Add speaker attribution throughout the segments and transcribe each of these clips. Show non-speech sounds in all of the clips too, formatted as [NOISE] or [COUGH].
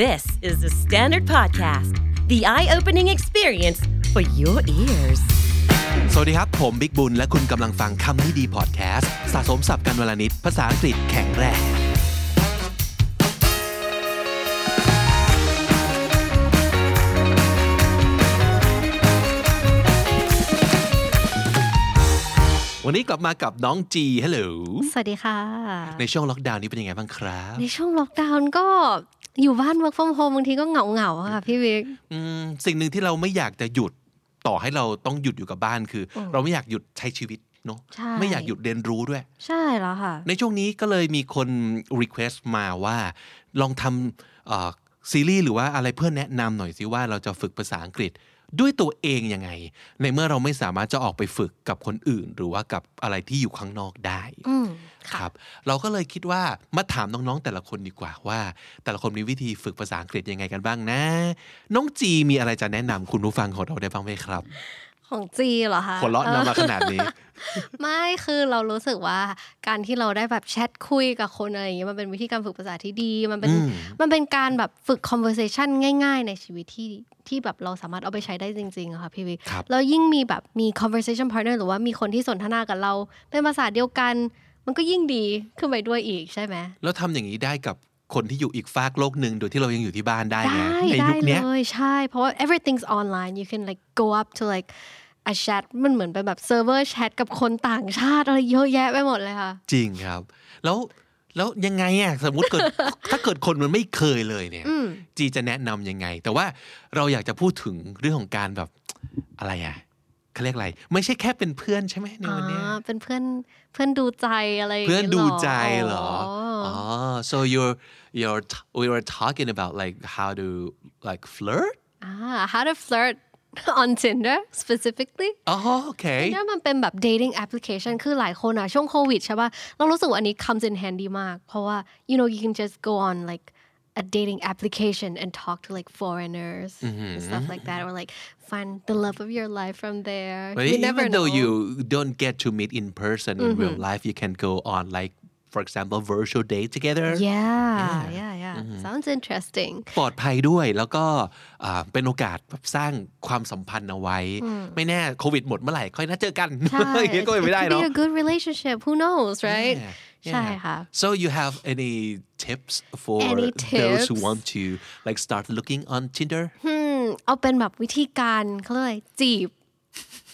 Speaker 1: This is the Standard Podcast, the eye opening experience for your ears.
Speaker 2: สวัสดีครับ ผมบิ๊กบุญ และคุณกำลังฟังคำนี้ดีพอดแคสต์สะสมสับกันวลนิด ภาษาอังกฤษแข็งแรง วันนี้กลับมากับน้องจีฮัลโหล
Speaker 3: สวัสดีค่ะ
Speaker 2: ในช่วงล็อกดาวน์นี้เป็นยังไงบ้างครับ
Speaker 3: ในช่วงล็อกดาวน์ก็อยู่บ้าน work from home บางทีก็เหงาเหงาๆอะค่ะพี่วิก
Speaker 2: อืมสิ่งหนึ่งที่เราไม่อยากจะหยุดต่อให้เราต้องหยุดอยู่กับบ้านคือ
Speaker 3: อืม
Speaker 2: เราไม่อยากหยุดใช้ชีวิตเนาะ
Speaker 3: ใช่
Speaker 2: ไม่อยากหยุดเรียนรู้ด้วย
Speaker 3: ใช่แล้วค่ะ
Speaker 2: ในช่วงนี้ก็เลยมีคน Request มาว่าลองทำเอ่อซีรีส์หรือว่าอะไรเพื่อแนะนำหน่อยสิว่าเราจะฝึกภาษาอังกฤษด้วยตัวเองยังไง ในเมื่อเราไม่สามารถจะออกไปฝึกกับคนอื่น หรือว่ากับอะไรที่อยู่ข้างนอกได้
Speaker 3: อืม
Speaker 2: ครับ เราก็เลยคิดว่ามาถามน้องๆแต่ละคนดีกว่าว่า แต่ละคนมีวิธีฝึกภาษาอังกฤษยังไงกันบ้างนะ น้องจีมีอะไรจะแนะนำคุณผู้ฟังของเราได้บ้างไหมครับ
Speaker 3: ของจีเหรอคะ
Speaker 2: หัวเราะนำมา
Speaker 3: เอ
Speaker 2: ข
Speaker 3: อ
Speaker 2: นาดนี้
Speaker 3: ไม่คือเรารู้สึกว่าการที่เราได้แบบแชทคุยกับคนอะไรอย่างเงี้ยมันเป็นวิธีการฝึกภาษาที่ดีมันเป็น
Speaker 2: อืม
Speaker 3: มันเป็นการแบบฝึก conversation ง่าย ๆ ในชีวิตที่ที่แบบเราสามารถเอาไปใช้ได้จริงๆอะค่ะพี่วิก
Speaker 2: ครับ
Speaker 3: แล้วยิ่งมีแบบมี conversation partner หรือว่ามีคนที่สนทนากับเรา เป็นภาษาเดียวกัน มันก็ยิ่งดีขึ้นไปด้วยอีกใช่ไหม
Speaker 2: แล้วทำอย่างนี้ได้กับคนที่อยู่อีกฟากโลกหนึ่งโดยที่เรายังอยู่ที่บ้านได้ไง
Speaker 3: ได้
Speaker 2: ใน
Speaker 3: ได้
Speaker 2: ยุค
Speaker 3: เล
Speaker 2: เนี้ย
Speaker 3: ยใช่เพราะว่า everything's online you can like go up to like a chat มันเหมือนเป็นแบบเซิร์ฟเวอร์แชทกับคนต่างชาติอะไรเยอะแยะไปหมดเลยค่ะ
Speaker 2: จริงครับ แล้วแล้วยังไงอ่ะสมมติเกิด [LAUGHS] ถ้าเกิดคนมันไม่เคยเลยเนี่ย
Speaker 3: อืม
Speaker 2: จีจะแนะนำยังไง แต่ว่าเราอยากจะพูดถึงเรื่องของการแบบ อะไรอ่ะเขาเรียกอะไร ไม่ใช่แค่เป็นเพื่อนใช่ไหมใน
Speaker 3: อ่
Speaker 2: วันเนี้ย
Speaker 3: าเป็นเพื่อนเพื่อนดูใจอะไรย่าง
Speaker 2: เพื่อน
Speaker 3: งี้
Speaker 2: ดูใจเหรอ
Speaker 3: อ
Speaker 2: อ๋อ so you're you're t- we were talking about like how to like flirt
Speaker 3: อ่า how to flirt [LAUGHS] on Tinder specifically
Speaker 2: อ๋อโอเค
Speaker 3: เนี่ยมันเป็นแบบ dating application คือหลายคนอะช่วงโควิดใช่ป่ะเรารู้สึกว่าอันนี้ comes in handy มาก เพราะว่า you know you can just go on like a dating application and talk to like foreigners
Speaker 2: Mm-hmm,
Speaker 3: and stuff like that or like find the love of your life from there
Speaker 2: But
Speaker 3: you
Speaker 2: even
Speaker 3: never know
Speaker 2: though you don't get to meet in person in real life, you can go on like, for example, virtual date together.
Speaker 3: yeah yeah yeah
Speaker 2: Mm-hmm.
Speaker 3: sounds interesting
Speaker 2: [LAUGHS] ปลอดภัยด้วยแล้วก็อ่าเป็นโอกาสแบบสร้างความสัมพันธ์เอาไว้ ไม่แน่โควิดหมดเมื่อไหร่ ค่อยนัดเจอกัน
Speaker 3: ใช่
Speaker 2: [LAUGHS] อย่างเงี้ยก็เป็นไม่ได้
Speaker 3: It could
Speaker 2: เนาะ
Speaker 3: be a good relationship who knows [LAUGHS] right
Speaker 2: Yeah,
Speaker 3: ใช่ค่ะ
Speaker 2: So you have any tips for
Speaker 3: Any
Speaker 2: those who
Speaker 3: tips?
Speaker 2: want to like start looking on Tinder
Speaker 3: อืมเอาเป็นแบบวิธีการเขาเรียกอะไรจีบ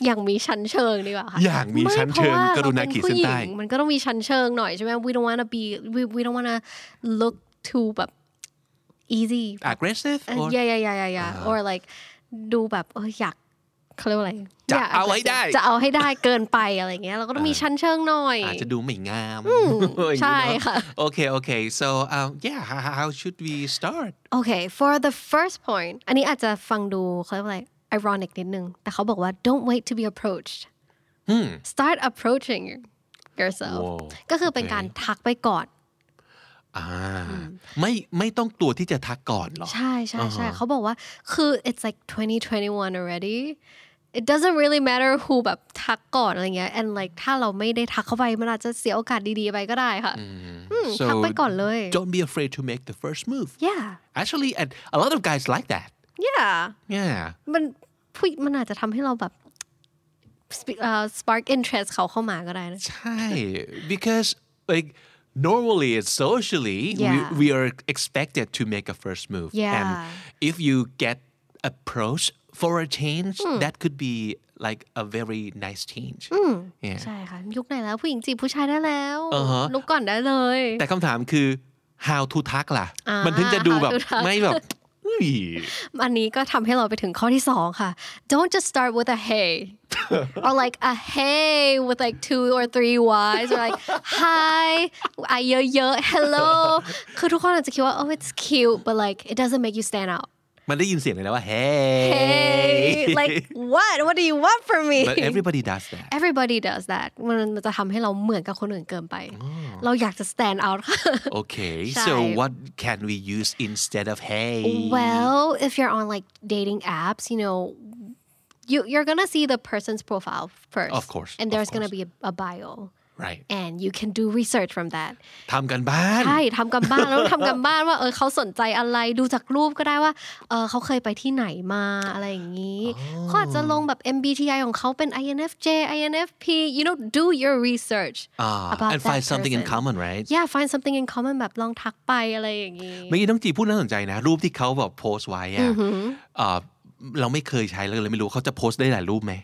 Speaker 3: อย่างมีชั้นเชิงดีกว่าค่ะ
Speaker 2: อย่างมีชั้นเชิง
Speaker 3: ไม่พะว่
Speaker 2: กรุณาขีดเส้นใต้
Speaker 3: ราป็ผู้หญิงมันก็ต้องมีชั้นเชิงหน่อยใช่ไหม we don't wanna be we we don't wanna look too แบบ easy
Speaker 2: aggressive
Speaker 3: เอ่อ
Speaker 2: or
Speaker 3: yeah yeah yeah yeah yeah or like ดูแบบเอออยากเขาเรียกว่าอะไร
Speaker 2: จะ
Speaker 3: ยก
Speaker 2: เอาให้ได้
Speaker 3: จะเอาให้ได้เกินไปอะไรเงี้ยเราก็ต้องมีชั้นเชิงหน่อย
Speaker 2: อาจจะดูไม่งาม [LAUGHS]
Speaker 3: ใช่ค่ะ
Speaker 2: โอเคโอเค so um, yeah how- how should we start
Speaker 3: โอเค for the first point อันนี้อาจจะฟังดูเขาเรียกว่าอะไร ironic นิดนึง แต่เขาบอกว่า don't wait to be approached start approaching yourself
Speaker 2: ว้าว
Speaker 3: ก็คือเป็นการ
Speaker 2: โอเค
Speaker 3: ทักไปก่อน
Speaker 2: อ่าไม่ไม่ต้องกลัวที่จะทักก่อนเหรอ
Speaker 3: ใช่ใช่ใช่เขาบอกว่าคือ it's like 2021 already it doesn't really matter who แบบทักก่อนอะไรเงี้ย and like ถ้าเราไม่ได้ทักเข้าไป มันอาจจะเสียโอกาสดีๆไปก็ได้ค่ะอืม
Speaker 2: So
Speaker 3: ทักไปก่อนเลย
Speaker 2: don't be afraid to make the first move
Speaker 3: yeah
Speaker 2: actually and a lot of guys like that
Speaker 3: yeah
Speaker 2: yeah
Speaker 3: [LAUGHS] มันผู้มันอาจจะทำให้เราแบบ sp- เอ่อ spark interest เขาเข้ามาก็ได้นะ
Speaker 2: ใช่ because like normally socially we
Speaker 3: Yeah.
Speaker 2: we are expected to make a first move
Speaker 3: Yeah.
Speaker 2: and if you get approached for a change that could be like a very nice change yeah
Speaker 3: ใช่ค่ะ ยุคไหนแล้วผู้หญิงจีบผู้ชายได้แล้ว
Speaker 2: อือฮะ
Speaker 3: ลุกก่อนได้เลย
Speaker 2: แต่คำถามคือ how to ทักล่ะ
Speaker 3: อ่ามั
Speaker 2: มันถึงจะดูแบบ
Speaker 3: how to ทัก
Speaker 2: ไม่
Speaker 3: [LAUGHS]
Speaker 2: แบบเฮ้ย
Speaker 3: อันนี้ก็ทำให้เราไปถึงข้อที่สองค่ะ don't just start with a
Speaker 2: [LAUGHS]
Speaker 3: hey or like a hey with like two or three y's or like hi ไอเยอะๆ
Speaker 2: [LAUGHS]
Speaker 3: hello คือทุกคนอาจจะคิดว่า oh it's cute but like it doesn't make you stand out
Speaker 2: มันได้ยินเสียงเลยนะว่า hey
Speaker 3: hey [LAUGHS] like what what do you want from me
Speaker 2: [LAUGHS] but everybody does that
Speaker 3: everybody does that มันมันจะทำให้เราเหมือนกับคนอื่นเกินไป เราอยากจะ stand out [LAUGHS] ค่ะ
Speaker 2: Okay,
Speaker 3: Shy.
Speaker 2: so what can we use instead of hey?
Speaker 3: Well, if you're on like dating apps, you know, you you're gonna see the person's profile first.
Speaker 2: Of course,
Speaker 3: And
Speaker 2: of
Speaker 3: there's gonna
Speaker 2: course.
Speaker 3: be a, a bio.
Speaker 2: right
Speaker 3: and you can do research from that
Speaker 2: ทำกันบ้าน
Speaker 3: ใช่ทำกันบ้านแล้ว
Speaker 2: [LAUGHS]
Speaker 3: ทำกันบ้านว่าเออเขาสนใจอะไรดูจากรูปก็ได้ว่าเออเขาเคยไปที่ไหนมาอะไรอย่างนี้เขาอาจจะลงแบบ MBTI ของเขาเป็น INFJ INFP you know do your research
Speaker 2: อ่า
Speaker 3: about
Speaker 2: and
Speaker 3: that
Speaker 2: find something in
Speaker 3: person
Speaker 2: common right
Speaker 3: yeah find something in common แบบลองทักไปอะไรอย่างนี้
Speaker 2: เมื่อกี้น้องจีพูดน่าสนใจนะ รูปที่เขาแบบโพสต์ไว้อะเอ่อเราไม่เคยใช้เลยเลยไม่รู้เขาจะโพสต์ได้หลายรูปไหม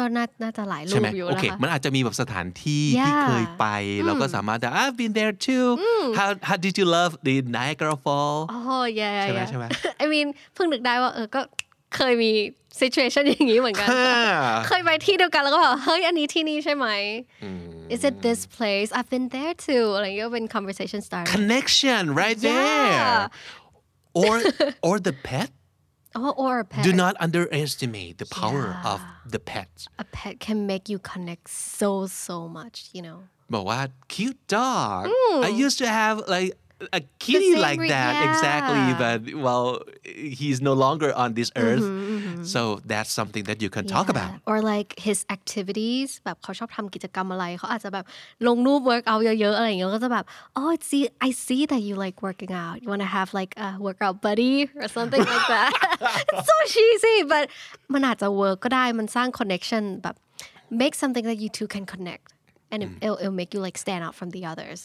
Speaker 3: ก็น่าน่าจะหลายรู
Speaker 2: ใช่
Speaker 3: ป
Speaker 2: ไหม
Speaker 3: อยู่
Speaker 2: โอ
Speaker 3: แล้ว
Speaker 2: เค
Speaker 3: ค่ะ
Speaker 2: มันอาจจะมีแบบสถานที่ที่
Speaker 3: Yeah
Speaker 2: เคยไป เราก็สามารถจะ I've been there too how how did you love the Niagara Fall
Speaker 3: โอ้ยใช่
Speaker 2: ใช่ไหมใช่
Speaker 3: [LAUGHS]
Speaker 2: ไหม
Speaker 3: ไอมีนเพิ่งนึกได้ว่าเออก็เคยมี situation อย่างนี้เหมือนกัน
Speaker 2: อ่า
Speaker 3: [LAUGHS]
Speaker 2: [LAUGHS]
Speaker 3: เคยไปที่เดียวกันแล้วก็แบบเฮ้ยอันนี้ที่นี่ใช่ไหม is it this place I've been there too อะไรอย่างเงี้ยก็เป็น conversation starter
Speaker 2: connection right there or
Speaker 3: [LAUGHS]
Speaker 2: or the pet
Speaker 3: oh or a pet
Speaker 2: do not underestimate the power of the pet
Speaker 3: a pet can make you connect so so much you know
Speaker 2: บอกว่า cute dog I used to have like a kitty
Speaker 3: Hmm. same
Speaker 2: like
Speaker 3: breed,
Speaker 2: that
Speaker 3: yeah. Mm-hmm,
Speaker 2: exactly but well he's no longer on this earth so that's something that you can talk about
Speaker 3: Yeah. or like his activities แบบเขาชอบทำกิจกรรมอะไร เขาอาจจะแบบลงรูป workout เยอะๆ อะไรอย่างเงี้ยแล้วก็จะแบบ oh I see I see that you like working out you want to have like a workout buddy or something like
Speaker 2: [LAUGHS]
Speaker 3: that so cheesy but มันอาจจะ work ก็ได้ มันสร้าง connection แบบ make something that you two can connect and it- it'll, it'll make you like stand out from the others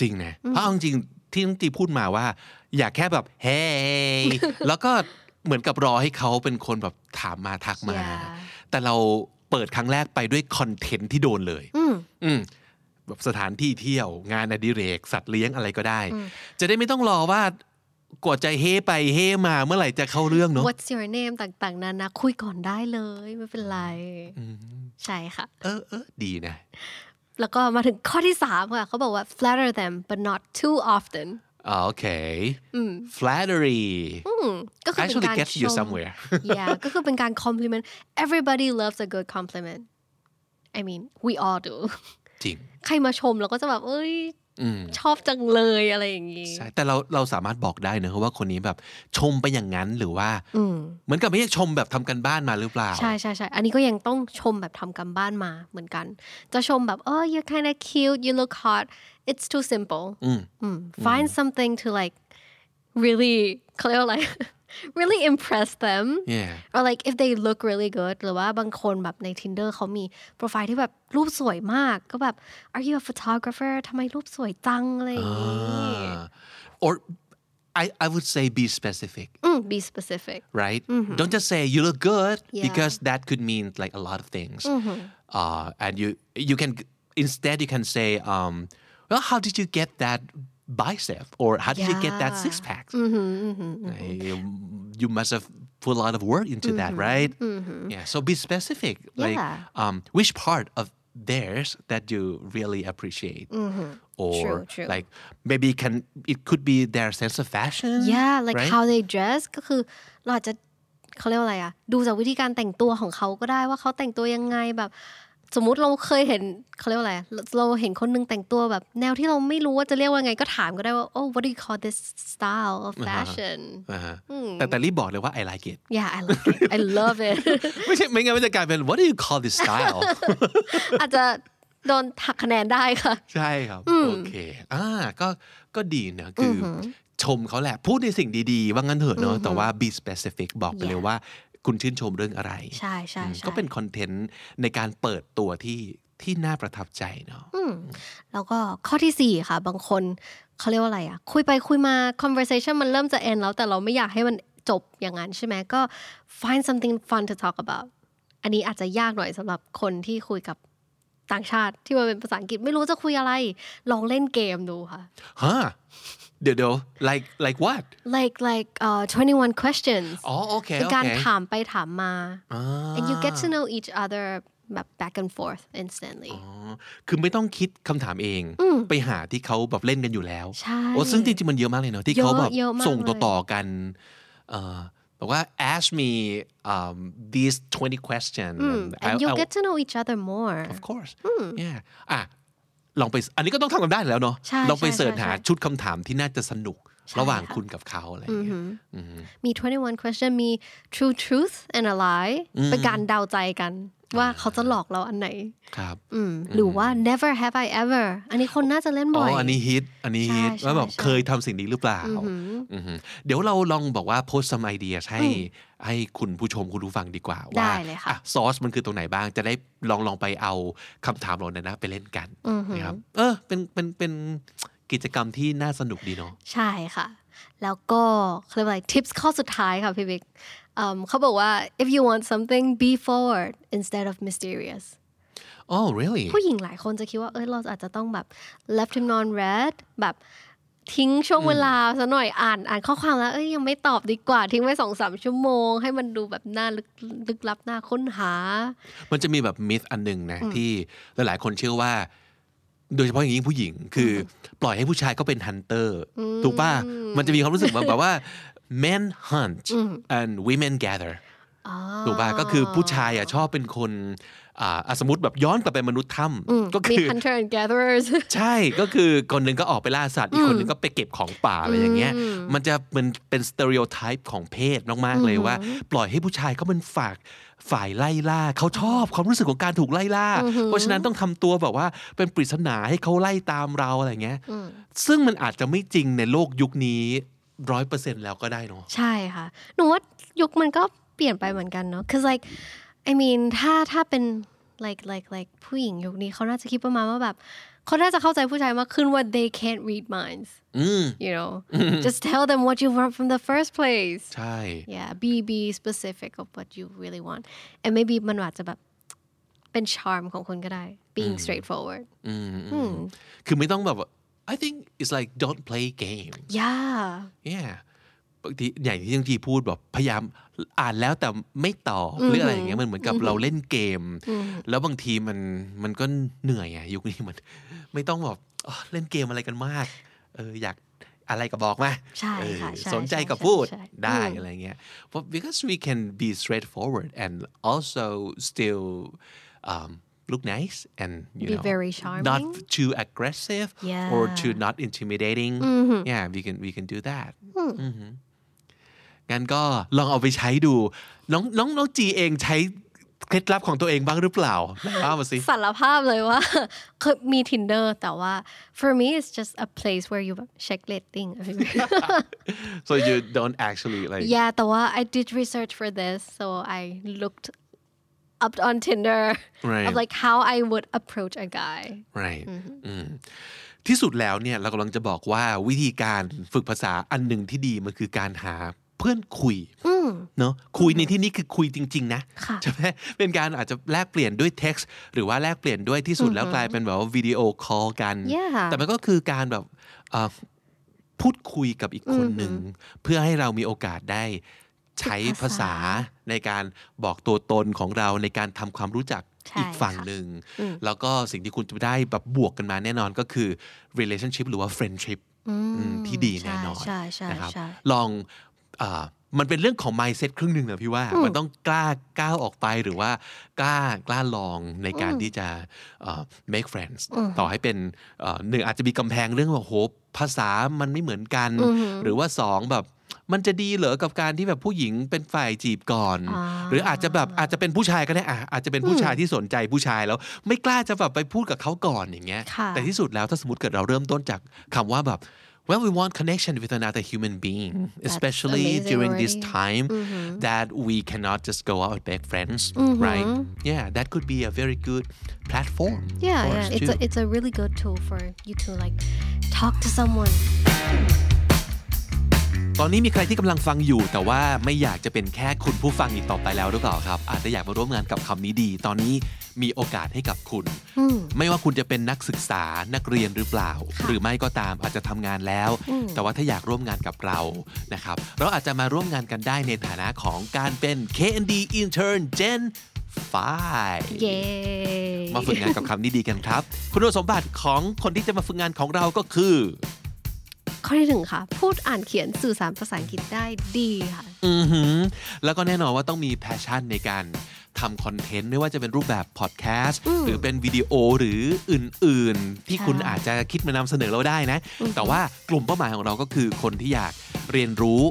Speaker 2: จริงนะเพราะเอาจริงๆที่น้องจีพูดมาว่า อยากแค่แบบ hey แล้วก็เหมือนกับรอให้เขาเป็นคนแบบถามมาทักมา
Speaker 3: Yeah.
Speaker 2: แต่เราเปิดครั้งแรกไปด้วยคอนเทนต์ที่โดนเลยอืมแบบสถานที่เที่ยวงานอดิเรก สัตว์เลี้ยงอะไรก็ได้ จะได้ไม่ต้องรอว่ากว่าจะเฮไปเฮมาเมื่อไหร่จะเข้าเรื่องเนาะ
Speaker 3: what's your name ต่างๆนานาคุยก่อนได้เลยไม่เป็นไรใช่ค่ะ
Speaker 2: เออเออดีนะ
Speaker 3: แล้วก็มาถึงข้อที่สามค่ะเขาบอกว่า flatter them but not too often
Speaker 2: โอเค flattery
Speaker 3: ก็คือเป็น
Speaker 2: actually
Speaker 3: การ
Speaker 2: gets
Speaker 3: ช
Speaker 2: you
Speaker 3: ม
Speaker 2: somewhere [LAUGHS]
Speaker 3: yeah ก็คือเป็นการ compliment everybody loves a good compliment I mean we all do [LAUGHS]
Speaker 2: จริง
Speaker 3: ใครมาชมเราก็จะแบบเอ้ย
Speaker 2: อืม
Speaker 3: ชอบจังเลยอะไรอย่างนี้
Speaker 2: ใช่แต่เราเราสามารถบอกได้นะว่าคนนี้แบบชมไปอย่างนั้นหรือว่าเหมือนกับไม่ใช่ชมแบบทำกันบ้านมาหรือเปล่า
Speaker 3: ใช่ใช่ใช่อันนี้ก็ยังต้องชมแบบทำกันบ้านมาเหมือนกัน จะชมแบบ oh you're kind of cute you look hot it's too simple อืม find something to like really เขาเรียกว่า [LAUGHS] อะไร really impress them
Speaker 2: Yeah.
Speaker 3: or like if they look really good หรือว่าบางคนแบบใน Tinder เขามีโปรไฟล์ที่แบบรูปสวยมากก็แบบ are you a photographer ทำไมรูปสวยจังอะไรอย่างนี้
Speaker 2: Uh, or I I would say be specific
Speaker 3: อืม be specific
Speaker 2: right don't just say you look good
Speaker 3: Mm-hmm. Yeah. Mm-hmm.
Speaker 2: because that could mean like a lot of things uh, and you you can instead you can say um, well how did you get that bicep or how did you get that
Speaker 3: Yeah.
Speaker 2: six
Speaker 3: Mm-hmm,
Speaker 2: pack Uh, you must have put a lot of work into that right yeah so be specific like
Speaker 3: Mm-hmm, Yeah.
Speaker 2: um, which part of theirs that you really appreciate or
Speaker 3: Mm-hmm. True, true.
Speaker 2: like maybe it can it could be their sense of fashion
Speaker 3: yeah like
Speaker 2: right?
Speaker 3: how they dress ก็คือเราอาจจะเขาเรียกว่าอะไรอะดูจากวิธีการแต่งตัวของเขาก็ได้ว่าเขาแต่งตัวยังไงแบบ สมมติเราเคยเห็นเขาเรียกว่าอะไรอะเราเห็นคนนึงแต่งตัวแบบ แนวที่เราไม่รู้ว่าจะเรียกว่าไงก็ถามก็ได้ว่า oh what do you call this style [LAUGHS] of fashion
Speaker 2: อ่าฮะแต่แต่รีบบอกเลยว่า I like it
Speaker 3: yeah I like it I love it [LAUGHS]
Speaker 2: ไม่ใช่ไม่งั้นมันจะกลายเป็น what do you call this style
Speaker 3: อาจจะโดนหักคะแนนได้ค่ะ
Speaker 2: ใช่ครับ โอเคอ่าก็ก็ดีเนอะคืออชมเขาแหละ พูดในสิ่งดีๆ ว่างั้นเถอะเนอะแต่ว่า be specific บอกไปเลยว่า คุณชื่นชมเรื่องอะไร
Speaker 3: ใช่ใช่ใช่
Speaker 2: ก็เป็นคอนเทนต์ในการเปิดตัวที่ที่น่าประทับใจเนอะ
Speaker 3: แล้วก็ข้อที่สี่ค่ะ บางคนเขาเรียกว่าอะไรอ่ะ คุยไปคุยมา conversation มันเริ่มจะ end แล้ว แต่เราไม่อยากให้มันจบอย่างนั้นใช่ไหมก็ find something fun to talk about อันนี้อาจจะยากหน่อยสำหรับคนที่คุยกับต่างชาติที่มันเป็นภาษาอังกฤษไม่รู้จะคุยอะไร ลองเล่นเกมดูค่ะ
Speaker 2: ฮะ เดี๋ยวเดี๋ยว like like what
Speaker 3: like like uh 21 questions
Speaker 2: อ๋อโอเค
Speaker 3: เป็น
Speaker 2: โอ
Speaker 3: การ
Speaker 2: เค
Speaker 3: ถามไปถามมา
Speaker 2: อ่า
Speaker 3: and you get to know each other แบบ back and forth instantly
Speaker 2: อ๋อคือไม่ต้องคิดคำถามเอง ไปหาที่เขาแบบเล่นกันอยู่แล้ว
Speaker 3: ใช่
Speaker 2: โอ้ซึ่งจริงๆ มันเยอะมากเลยเนาะที่เขาแบบ
Speaker 3: เยอะเยอะมาก
Speaker 2: ส่ง
Speaker 3: เลย
Speaker 2: ต่อๆกันเอ่อบอกว่า ask me um, these 20 question and
Speaker 3: and
Speaker 2: I'll-
Speaker 3: you
Speaker 2: I'll-
Speaker 3: get to know each other more
Speaker 2: of course yeah อ่ะลองไปอันนี้ก็ต้องทำกันได้แล้วเนาะ
Speaker 3: ใช่
Speaker 2: ลองไป
Speaker 3: ใช่
Speaker 2: เสิร์ช
Speaker 3: ใช่
Speaker 2: หา
Speaker 3: ใช่
Speaker 2: ชุดคำถามที่น่าจะสนุก ระหว่างคุณกับเขาอะไรอย่างเงี้ยอืม
Speaker 3: มี 21 question มี true truth and a lie เป็นการเดาใจกัน ว่าเขาจะหลอกเราอันไหน
Speaker 2: ครับ
Speaker 3: อืมหรือว่า never have I ever อันนี้คนน่าจะเล่น
Speaker 2: อ๋
Speaker 3: บ่
Speaker 2: อ
Speaker 3: อย
Speaker 2: อันนี้ฮิต อันนี้ฮิต
Speaker 3: ใช่ใช่
Speaker 2: ว่าแบบ
Speaker 3: ใช่
Speaker 2: เคยทำสิ่งนี้หรือเปล่าอือหือเดี๋ยวเราลองบอกว่า post some ideas ให้ให้คุณผู้ชมคุณผู้ฟังดีกว่าว่า
Speaker 3: ได้เลยค่ะ
Speaker 2: อ่ะซอสมันคือตรงไหนบ้าง จะได้ลองลองไปเอาคำถามเหล่านั้นนะไปเล่นกัน
Speaker 3: อือหือ
Speaker 2: นะครับ เออ เป็น เป็น เป็นกิจกรรมที่น่าสนุกดีเนาะ
Speaker 3: ใช่ค่ะ แล้วก็เขาเรียกว่าอะไร tips ข้อสุดท้ายค่ะพี่บิ๊กอืมเขาบอกว่า if you want something be forward instead of mysterious
Speaker 2: อ๋อ really
Speaker 3: ผู้หญิงหลายคนจะคิดว่า เอยเราอาจจะต้องแบบ left him non read แบบทิ้งช่วงเวลาซะหน่อยอ่านอ่านข้อความแล้ว เอ้ยยังไม่ตอบดีกว่า ทิ้งไว้สองสามชั่วโมง ให้มันดูแบบน่าลึกลึกลับน่าค้นหา
Speaker 2: มันจะมีแบบมิธอันหนึ่งนะที่หลาย ๆ คนเชื่อว่า โดยเฉพาะอย่างยิ่งผู้หญิง คือปล่อยให้ผู้ชายก็เป็นฮันเตอร์ถูกป่ะ มันจะมีความรู้สึ [LAUGHS] กแบบว่า men hunt and women gather ถูกป่ะก็คือผู้ชายอ่ะชอบเป็นคนอ่าอ่ะสมมติแบบย้อนกลับไปมนุษย์ถ้ำก็
Speaker 3: มี
Speaker 2: คือ
Speaker 3: hunter and gatherers [LAUGHS]
Speaker 2: ใช่ก็คือคนหนึ่งก็ออกไปล่าสัตว์ อีกคนหนึ่งก็ไปเก็บของป่าอะไรอย่างเงี้ย มันจะมันเป็นสเตอริโอไทป์ของเพศมากๆเลยว่า ปล่อยให้ผู้ชายก็มันฝากฝ่ายไล่ล่า เขาชอบความรู้สึกของการถูกไล่ล่า เพราะฉะนั้นต้องทำตัวแบบว่าเป็นปริศนาให้เขาไล่ตามเราอะไรเงี้ย ซึ่งมันอาจจะไม่จริงในโลกยุคนี้ร้อยเปอร์เซ็นต์แล้วก็ได้เนาะ
Speaker 3: ใช่ค่ะ หนูว่ายุคมันก็เปลี่ยนไปเหมือนกันเนาะ cause like I mean ถ้าถ้าเป็น like like like ผู้หญิงยุคนี้เขาน่าจะคิดประมาณว่าแบบเขาน่าจะเข้าใจผู้ชายมากขึ้นว่า they can't read minds
Speaker 2: อืม
Speaker 3: you know just tell them what you want from the first place
Speaker 2: ใช่
Speaker 3: yeah be be specific of what you really want and maybe มันอาจจะแบบเป็น charm ของคนก็ได้ being
Speaker 2: Mm.
Speaker 3: straightforward
Speaker 2: คือไม่ต้องแบบว่า I think it's like don't play game
Speaker 3: yeah
Speaker 2: เนี่ยบางทีอย่างที่ยังทีพูดแบบพยายามอ่านแล้วแต่ไม่ตอบหรืออะไรอย่างเงี้ยมันเหมือนกับเราเล่นเกม แล้วบางทีมันมันก็เหนื่อยอะยุคนี้มัน ไม่ต้องแบบอ้อเล่นเกมอะไรกันมากเอออยากอะไรก็บอกมา
Speaker 3: ใช่
Speaker 2: เออ
Speaker 3: ค่ะใช่
Speaker 2: สนใจ
Speaker 3: ใช่
Speaker 2: ก็พูด
Speaker 3: ใช่ใช่
Speaker 2: ได้
Speaker 3: อืม
Speaker 2: อะไรเงี้ย but because we can be straightforward and also still um, look nice and you
Speaker 3: Be
Speaker 2: know
Speaker 3: very
Speaker 2: not
Speaker 3: charming.
Speaker 2: too aggressive
Speaker 3: Yeah.
Speaker 2: or too not intimidating yeah we can we can do that งั้นก็ลองเอาไปใช้ดู น้องน้องน้องจีเองใช้เคล็ดลับของตัวเองบ้างหรือเปล่าเอามาสิ
Speaker 3: สารภาพเลยว่า [LAUGHS] เคยมี Tinder แต่ว่า for me it's just a place where you แบบ check rating
Speaker 2: [LAUGHS] so you don't actually like
Speaker 3: yeah แต่ว่า I did research for this so I looked up on Tinder
Speaker 2: Right.
Speaker 3: of like how I would approach a guy
Speaker 2: right อืมที่สุดแล้วเนี่ยเรากำลังจะบอกว่าวิธีการฝึกภาษาอันหนึ่งที่ดีมันคือการหาเพื่อนคุยเนาะคุยในที่นี้คือคุยจริง ๆ นะ
Speaker 3: ค่ะ
Speaker 2: ใช่ไหม [LAUGHS] เป็นการอาจจะแลกเปลี่ยนด้วย text หรือว่าแลกเปลี่ยนด้วยที่สุดแล้วกลายเป็นแบบว่าวิดีโอคอลกัน
Speaker 3: Yeah
Speaker 2: แต่มันก็คือการแบบเอ่อพูดคุยกับอีกคนหนึ่ง เพื่อให้เรามีโอกาสได้ใช้ภาษาในการบอกตัวตนของเราในการทำความรู้จัก
Speaker 3: ใช่
Speaker 2: อีกฝั่ง
Speaker 3: ค่ะ
Speaker 2: หนึ่ง แล้วก็สิ่งที่คุณจะได้แบบบวกกันมาแน่นอนก็คือ relationship หรือว่า friendship อืม Mm, ที่ดีแน่นอน
Speaker 3: ใช่ใช่ใช่
Speaker 2: นะครับ
Speaker 3: ใช่
Speaker 2: ลองเอ่อมันเป็นเรื่องของ mindset ครึ่งหนึ่งนะพี่ว่า มันต้องกล้าก้าวออกไปหรือว่ากล้ากล้าลองในการที่จะเอ่อ make friends ต่อให้เป็นเอ่อหนึ่งอาจจะมีกำแพงเรื่องว่าโหภาษามันไม่เหมือนกัน หรือว่าสองแบบ มันจะดีเหรอกับการที่แบบผู้หญิงเป็นฝ่ายจีบก่อน
Speaker 3: อ่า
Speaker 2: หรืออาจจะแบบอาจจะเป็นผู้ชายก็ได้อ่ะอาจจะเป็นผู้ชายที่สนใจผู้ชายแล้ว ไม่กล้าจะแบบไปพูดกับเขาก่อนอย่างเงี้ย
Speaker 3: ค่ะ
Speaker 2: แต่ที่สุดแล้วถ้าสมมติเกิดเราเริ่มต้นจากคำว่าแบบ well we want connection with another human being especially
Speaker 3: amazing
Speaker 2: during this
Speaker 3: already.
Speaker 2: time that we cannot just go out and make friends right yeah that could be a very good platform
Speaker 3: yeah
Speaker 2: for us
Speaker 3: yeah it's
Speaker 2: too.
Speaker 3: a it's a really good tool for you to like talk to someone
Speaker 2: ตอนนี้มีใครที่กำลังฟังอยู่ แต่ว่าไม่อยากจะเป็นแค่คุณผู้ฟังอีกต่อไปแล้วหรือเปล่าครับ อาจจะอยากมาร่วมงานกับคำนี้ดี ตอนนี้มีโอกาสให้กับคุณ ไม่ว่าคุณจะเป็นนักศึกษานักเรียนหรือเปล่า หรือไม่ก็ตามอาจจะทำงานแล้ว แต่ว่าถ้าอยากร่วมงานกับเรานะครับ เราอาจจะมาร่วมงานกันได้ในฐานะของการเป็น KND Intern Gen 5
Speaker 3: เย้
Speaker 2: มาฝึกงานกับคำนี้ดีกันครับ คุณสมบัติของคนที่จะมาฝึกงานของเราก็คือ
Speaker 3: ข้อที่หนึ่งค่ะ พูดอ่านเขียนสื่อสารภาษาอังกฤษได้ดีค่ะ
Speaker 2: อือหือแล้วก็แน่นอนว่าต้องมีแพชชั่นในการทำคอนเทนต์ไม่ว่าจะเป็นรูปแบบพอดแคสต์
Speaker 3: อืม
Speaker 2: หรือเป็นวิดีโอหรืออื่นๆ ที่
Speaker 3: ใช่
Speaker 2: คุณอาจจะคิดมานำเสนอเราได้นะ
Speaker 3: อือหือ
Speaker 2: แต่ว่ากลุ่มเป้าหมายของเราก็คือคนที่อยากเรียนรู้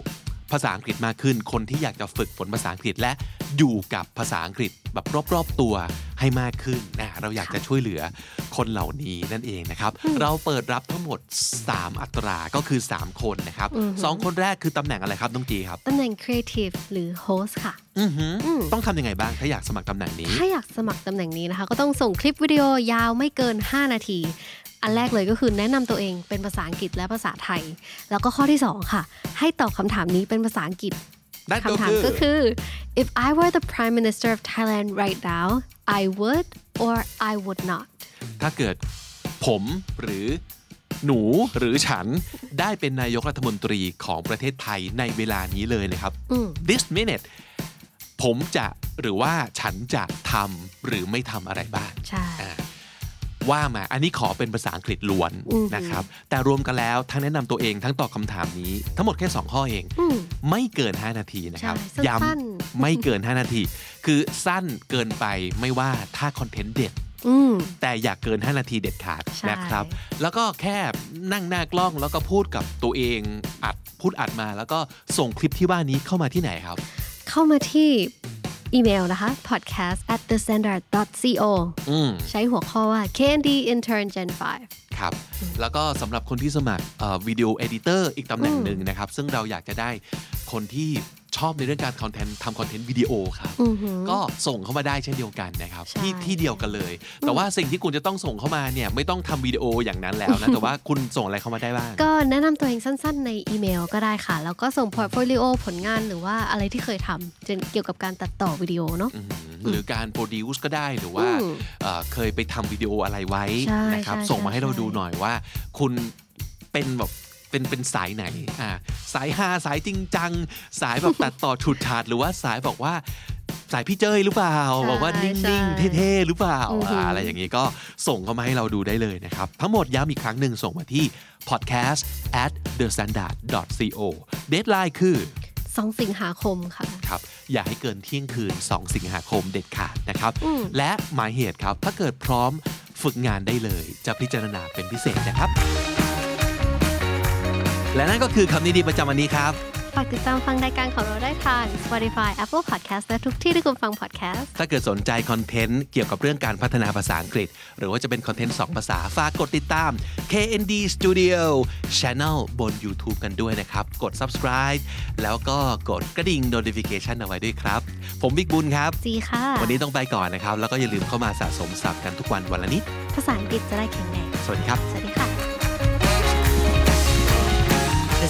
Speaker 2: ภาษาอังกฤษมากขึ้น คนที่อยากจะฝึกฝนภาษาอังกฤษและอยู่กับภาษาอังกฤษแบบรอบๆตัวให้มากขึ้นนะเราอยากจะช่วยเหลือคนเหล่านี้นั่นเองนะครับ เราเปิดรับทั้งหมด 3 อัตราก็คือ 3 คนนะครับสองคนแรกคือตำแหน่งอะไรครับน้องจีครับ
Speaker 3: ตำแหน่ง Creative หรือ Host ค่ะ
Speaker 2: อือหือ
Speaker 3: อืม
Speaker 2: ต้องทำยังไงบ้างถ้าอยากสมัครตำแหน่งนี้
Speaker 3: ถ้าอยากสมัครตำแหน่งนี้นะคะ ก็ต้องส่งคลิปวิดีโอยาวไม่เกิน 5 นาที อันแรกเลยก็คือแนะนำตัวเองเป็นภาษาอังกฤษและภาษาไทย แล้วก็ข้อที่ 2 ค่ะ ให้ตอบคำถามนี้เป็นภาษาอังกฤษ
Speaker 2: นั่นก็
Speaker 3: คำถาม
Speaker 2: คือ
Speaker 3: ก็คือ if I were the prime minister of Thailand right now I would or I would not
Speaker 2: ถ้าเกิดผมหรือหนูหรือฉันได้เป็นนายกรัฐมนตรีของประเทศไทยในเวลานี้เลยนะครับ
Speaker 3: อืม
Speaker 2: this minute ผมจะหรือว่าฉันจะทำหรือไม่ทำอะไรบ้าง
Speaker 3: ใช่
Speaker 2: อ่ะว่ามา อันนี้ขอเป็นภาษาอังกฤษล้วน
Speaker 3: อือหือ
Speaker 2: นะครับ แต่รวมกันแล้วทั้งแนะนำตัวเองทั้งตอบคำถามนี้ ทั้งหมดแค่ 2 ข้อเอง
Speaker 3: อืม
Speaker 2: ไม่เกิน 5 นาทีนะครับ
Speaker 3: ใช่สั้นๆ
Speaker 2: ไม่เกิน 5 นาที คือสั้นเกินไปไม่ว่าถ้าคอนเทนต์เด็ด
Speaker 3: อืม
Speaker 2: แต่อย่าเกิน 5 นาทีเด็ดขาด
Speaker 3: ใช่
Speaker 2: นะครับ แล้วก็แค่นั่งหน้ากล้องแล้วก็พูดกับตัวเองอัดพูดอัดมา แล้วก็ส่งคลิปที่ว่านี้เข้ามาที่ไหนครับ
Speaker 3: เข้ามาที่อีเมลนะคะ podcast at the standard co
Speaker 2: อืม
Speaker 3: ใช้หัวข้อว่า Candy Intern Gen 5
Speaker 2: ครับ แล้วก็สำหรับคนที่สมัครวิดีโอเอดิเตอร์อีกตำแหน่งหนึ่งนะครับ ซึ่งเราอยากจะได้คนที่ชอบในเรื่องการคอนเทนต์ทำคอนเทนต์วิดีโอครับ
Speaker 3: อือหือ
Speaker 2: ก็ส่งเข้ามาได้เช่นเดียวกันนะครับ
Speaker 3: ใช่
Speaker 2: ที่ที่เดียวกันเลย แต่ว่าสิ่งที่คุณจะต้องส่งเข้ามาเนี่ยไม่ต้องทำวิดีโออย่างนั้นแล้วนะ แต่ว่าคุณส่งอะไรเข้ามาได้บ้าง
Speaker 3: ก็แนะนำตัวเองสั้นๆ ในอีเมลก็ได้ค่ะ แล้วก็ส่งพอร์ตโฟลิโอผลงานหรือว่าอะไรที่เคยทำเกี่ยวเกี่ยวกับการตัดต่อวิดีโอเนาะ
Speaker 2: อืมหรือการโปรดิวส์ก็ได้หรือว่า
Speaker 3: อืม
Speaker 2: เอ่อเคยไปทำวิดีโออะไรไว้
Speaker 3: ใช่
Speaker 2: นะครับ
Speaker 3: ใช่
Speaker 2: ส่งมาให้เรา
Speaker 3: ใช่
Speaker 2: ดูหน่อยว่า คุณเป็นแบบเป็นเป็นสายไหนอ่าสายฮาสายจริงจัง สายแบบตัดต่อ ฉุดฉาดหรือว่าสายบอกว่าสายพี่เจ้ยหรือเปล่า
Speaker 3: ใช่
Speaker 2: บอกว่า
Speaker 3: ใช่
Speaker 2: นิ่งๆเท่ๆหรือเปล่า
Speaker 3: อือหืออ
Speaker 2: าอะไรอย่างนี้ก็ส่งเข้ามาให้เราดูได้เลยนะครับ ทั้งหมดย้ำอีกครั้งหนึ่งส่งมาที่ podcast at the standard co เดทไลน์คือ
Speaker 3: 2 สิงหาคมค่ะ
Speaker 2: ครับอย่าให้เกินเที่ยงคืน 2 สิงหาคมเด็ดขาดนะครับ
Speaker 3: อืม
Speaker 2: และหมายเหตุครับ ถ้าเกิดพร้อมฝึกงานได้เลย จะพิจารณาเป็นพิเศษนะครับ และนั่นก็คือคำนิยดีประจำวันนี้ครับ
Speaker 3: ฝากติดตามฟังรายการของเราได้ทาง Spotify Apple Podcast และทุกที่ที่คุณฟัง podcast
Speaker 2: ถ้าเกิดสนใจคอนเทนต์เกี่ยวกับเรื่องการพัฒนาภาษาอังกฤษ หรือว่าจะเป็นคอนเทนต์ 2 ภาษา ฝากกดติดตาม KND Studio Channel บน YouTube กันด้วยนะครับ กด subscribe แล้วก็กดกระดิ่ง notification เอาไว้ด้วยครับ ผมบิ๊กบุญครับ
Speaker 3: จีค่ะ
Speaker 2: วันนี้ต้องไปก่อนนะครับ แล้วก็อย่าลืมเข้ามาสะสมศัพท์กันทุกวันวันละนิด
Speaker 3: ภาษาอังกฤษจะได้แข็งแรง
Speaker 2: สวัสดีครับ
Speaker 3: สวัสดีค่ะ
Speaker 1: The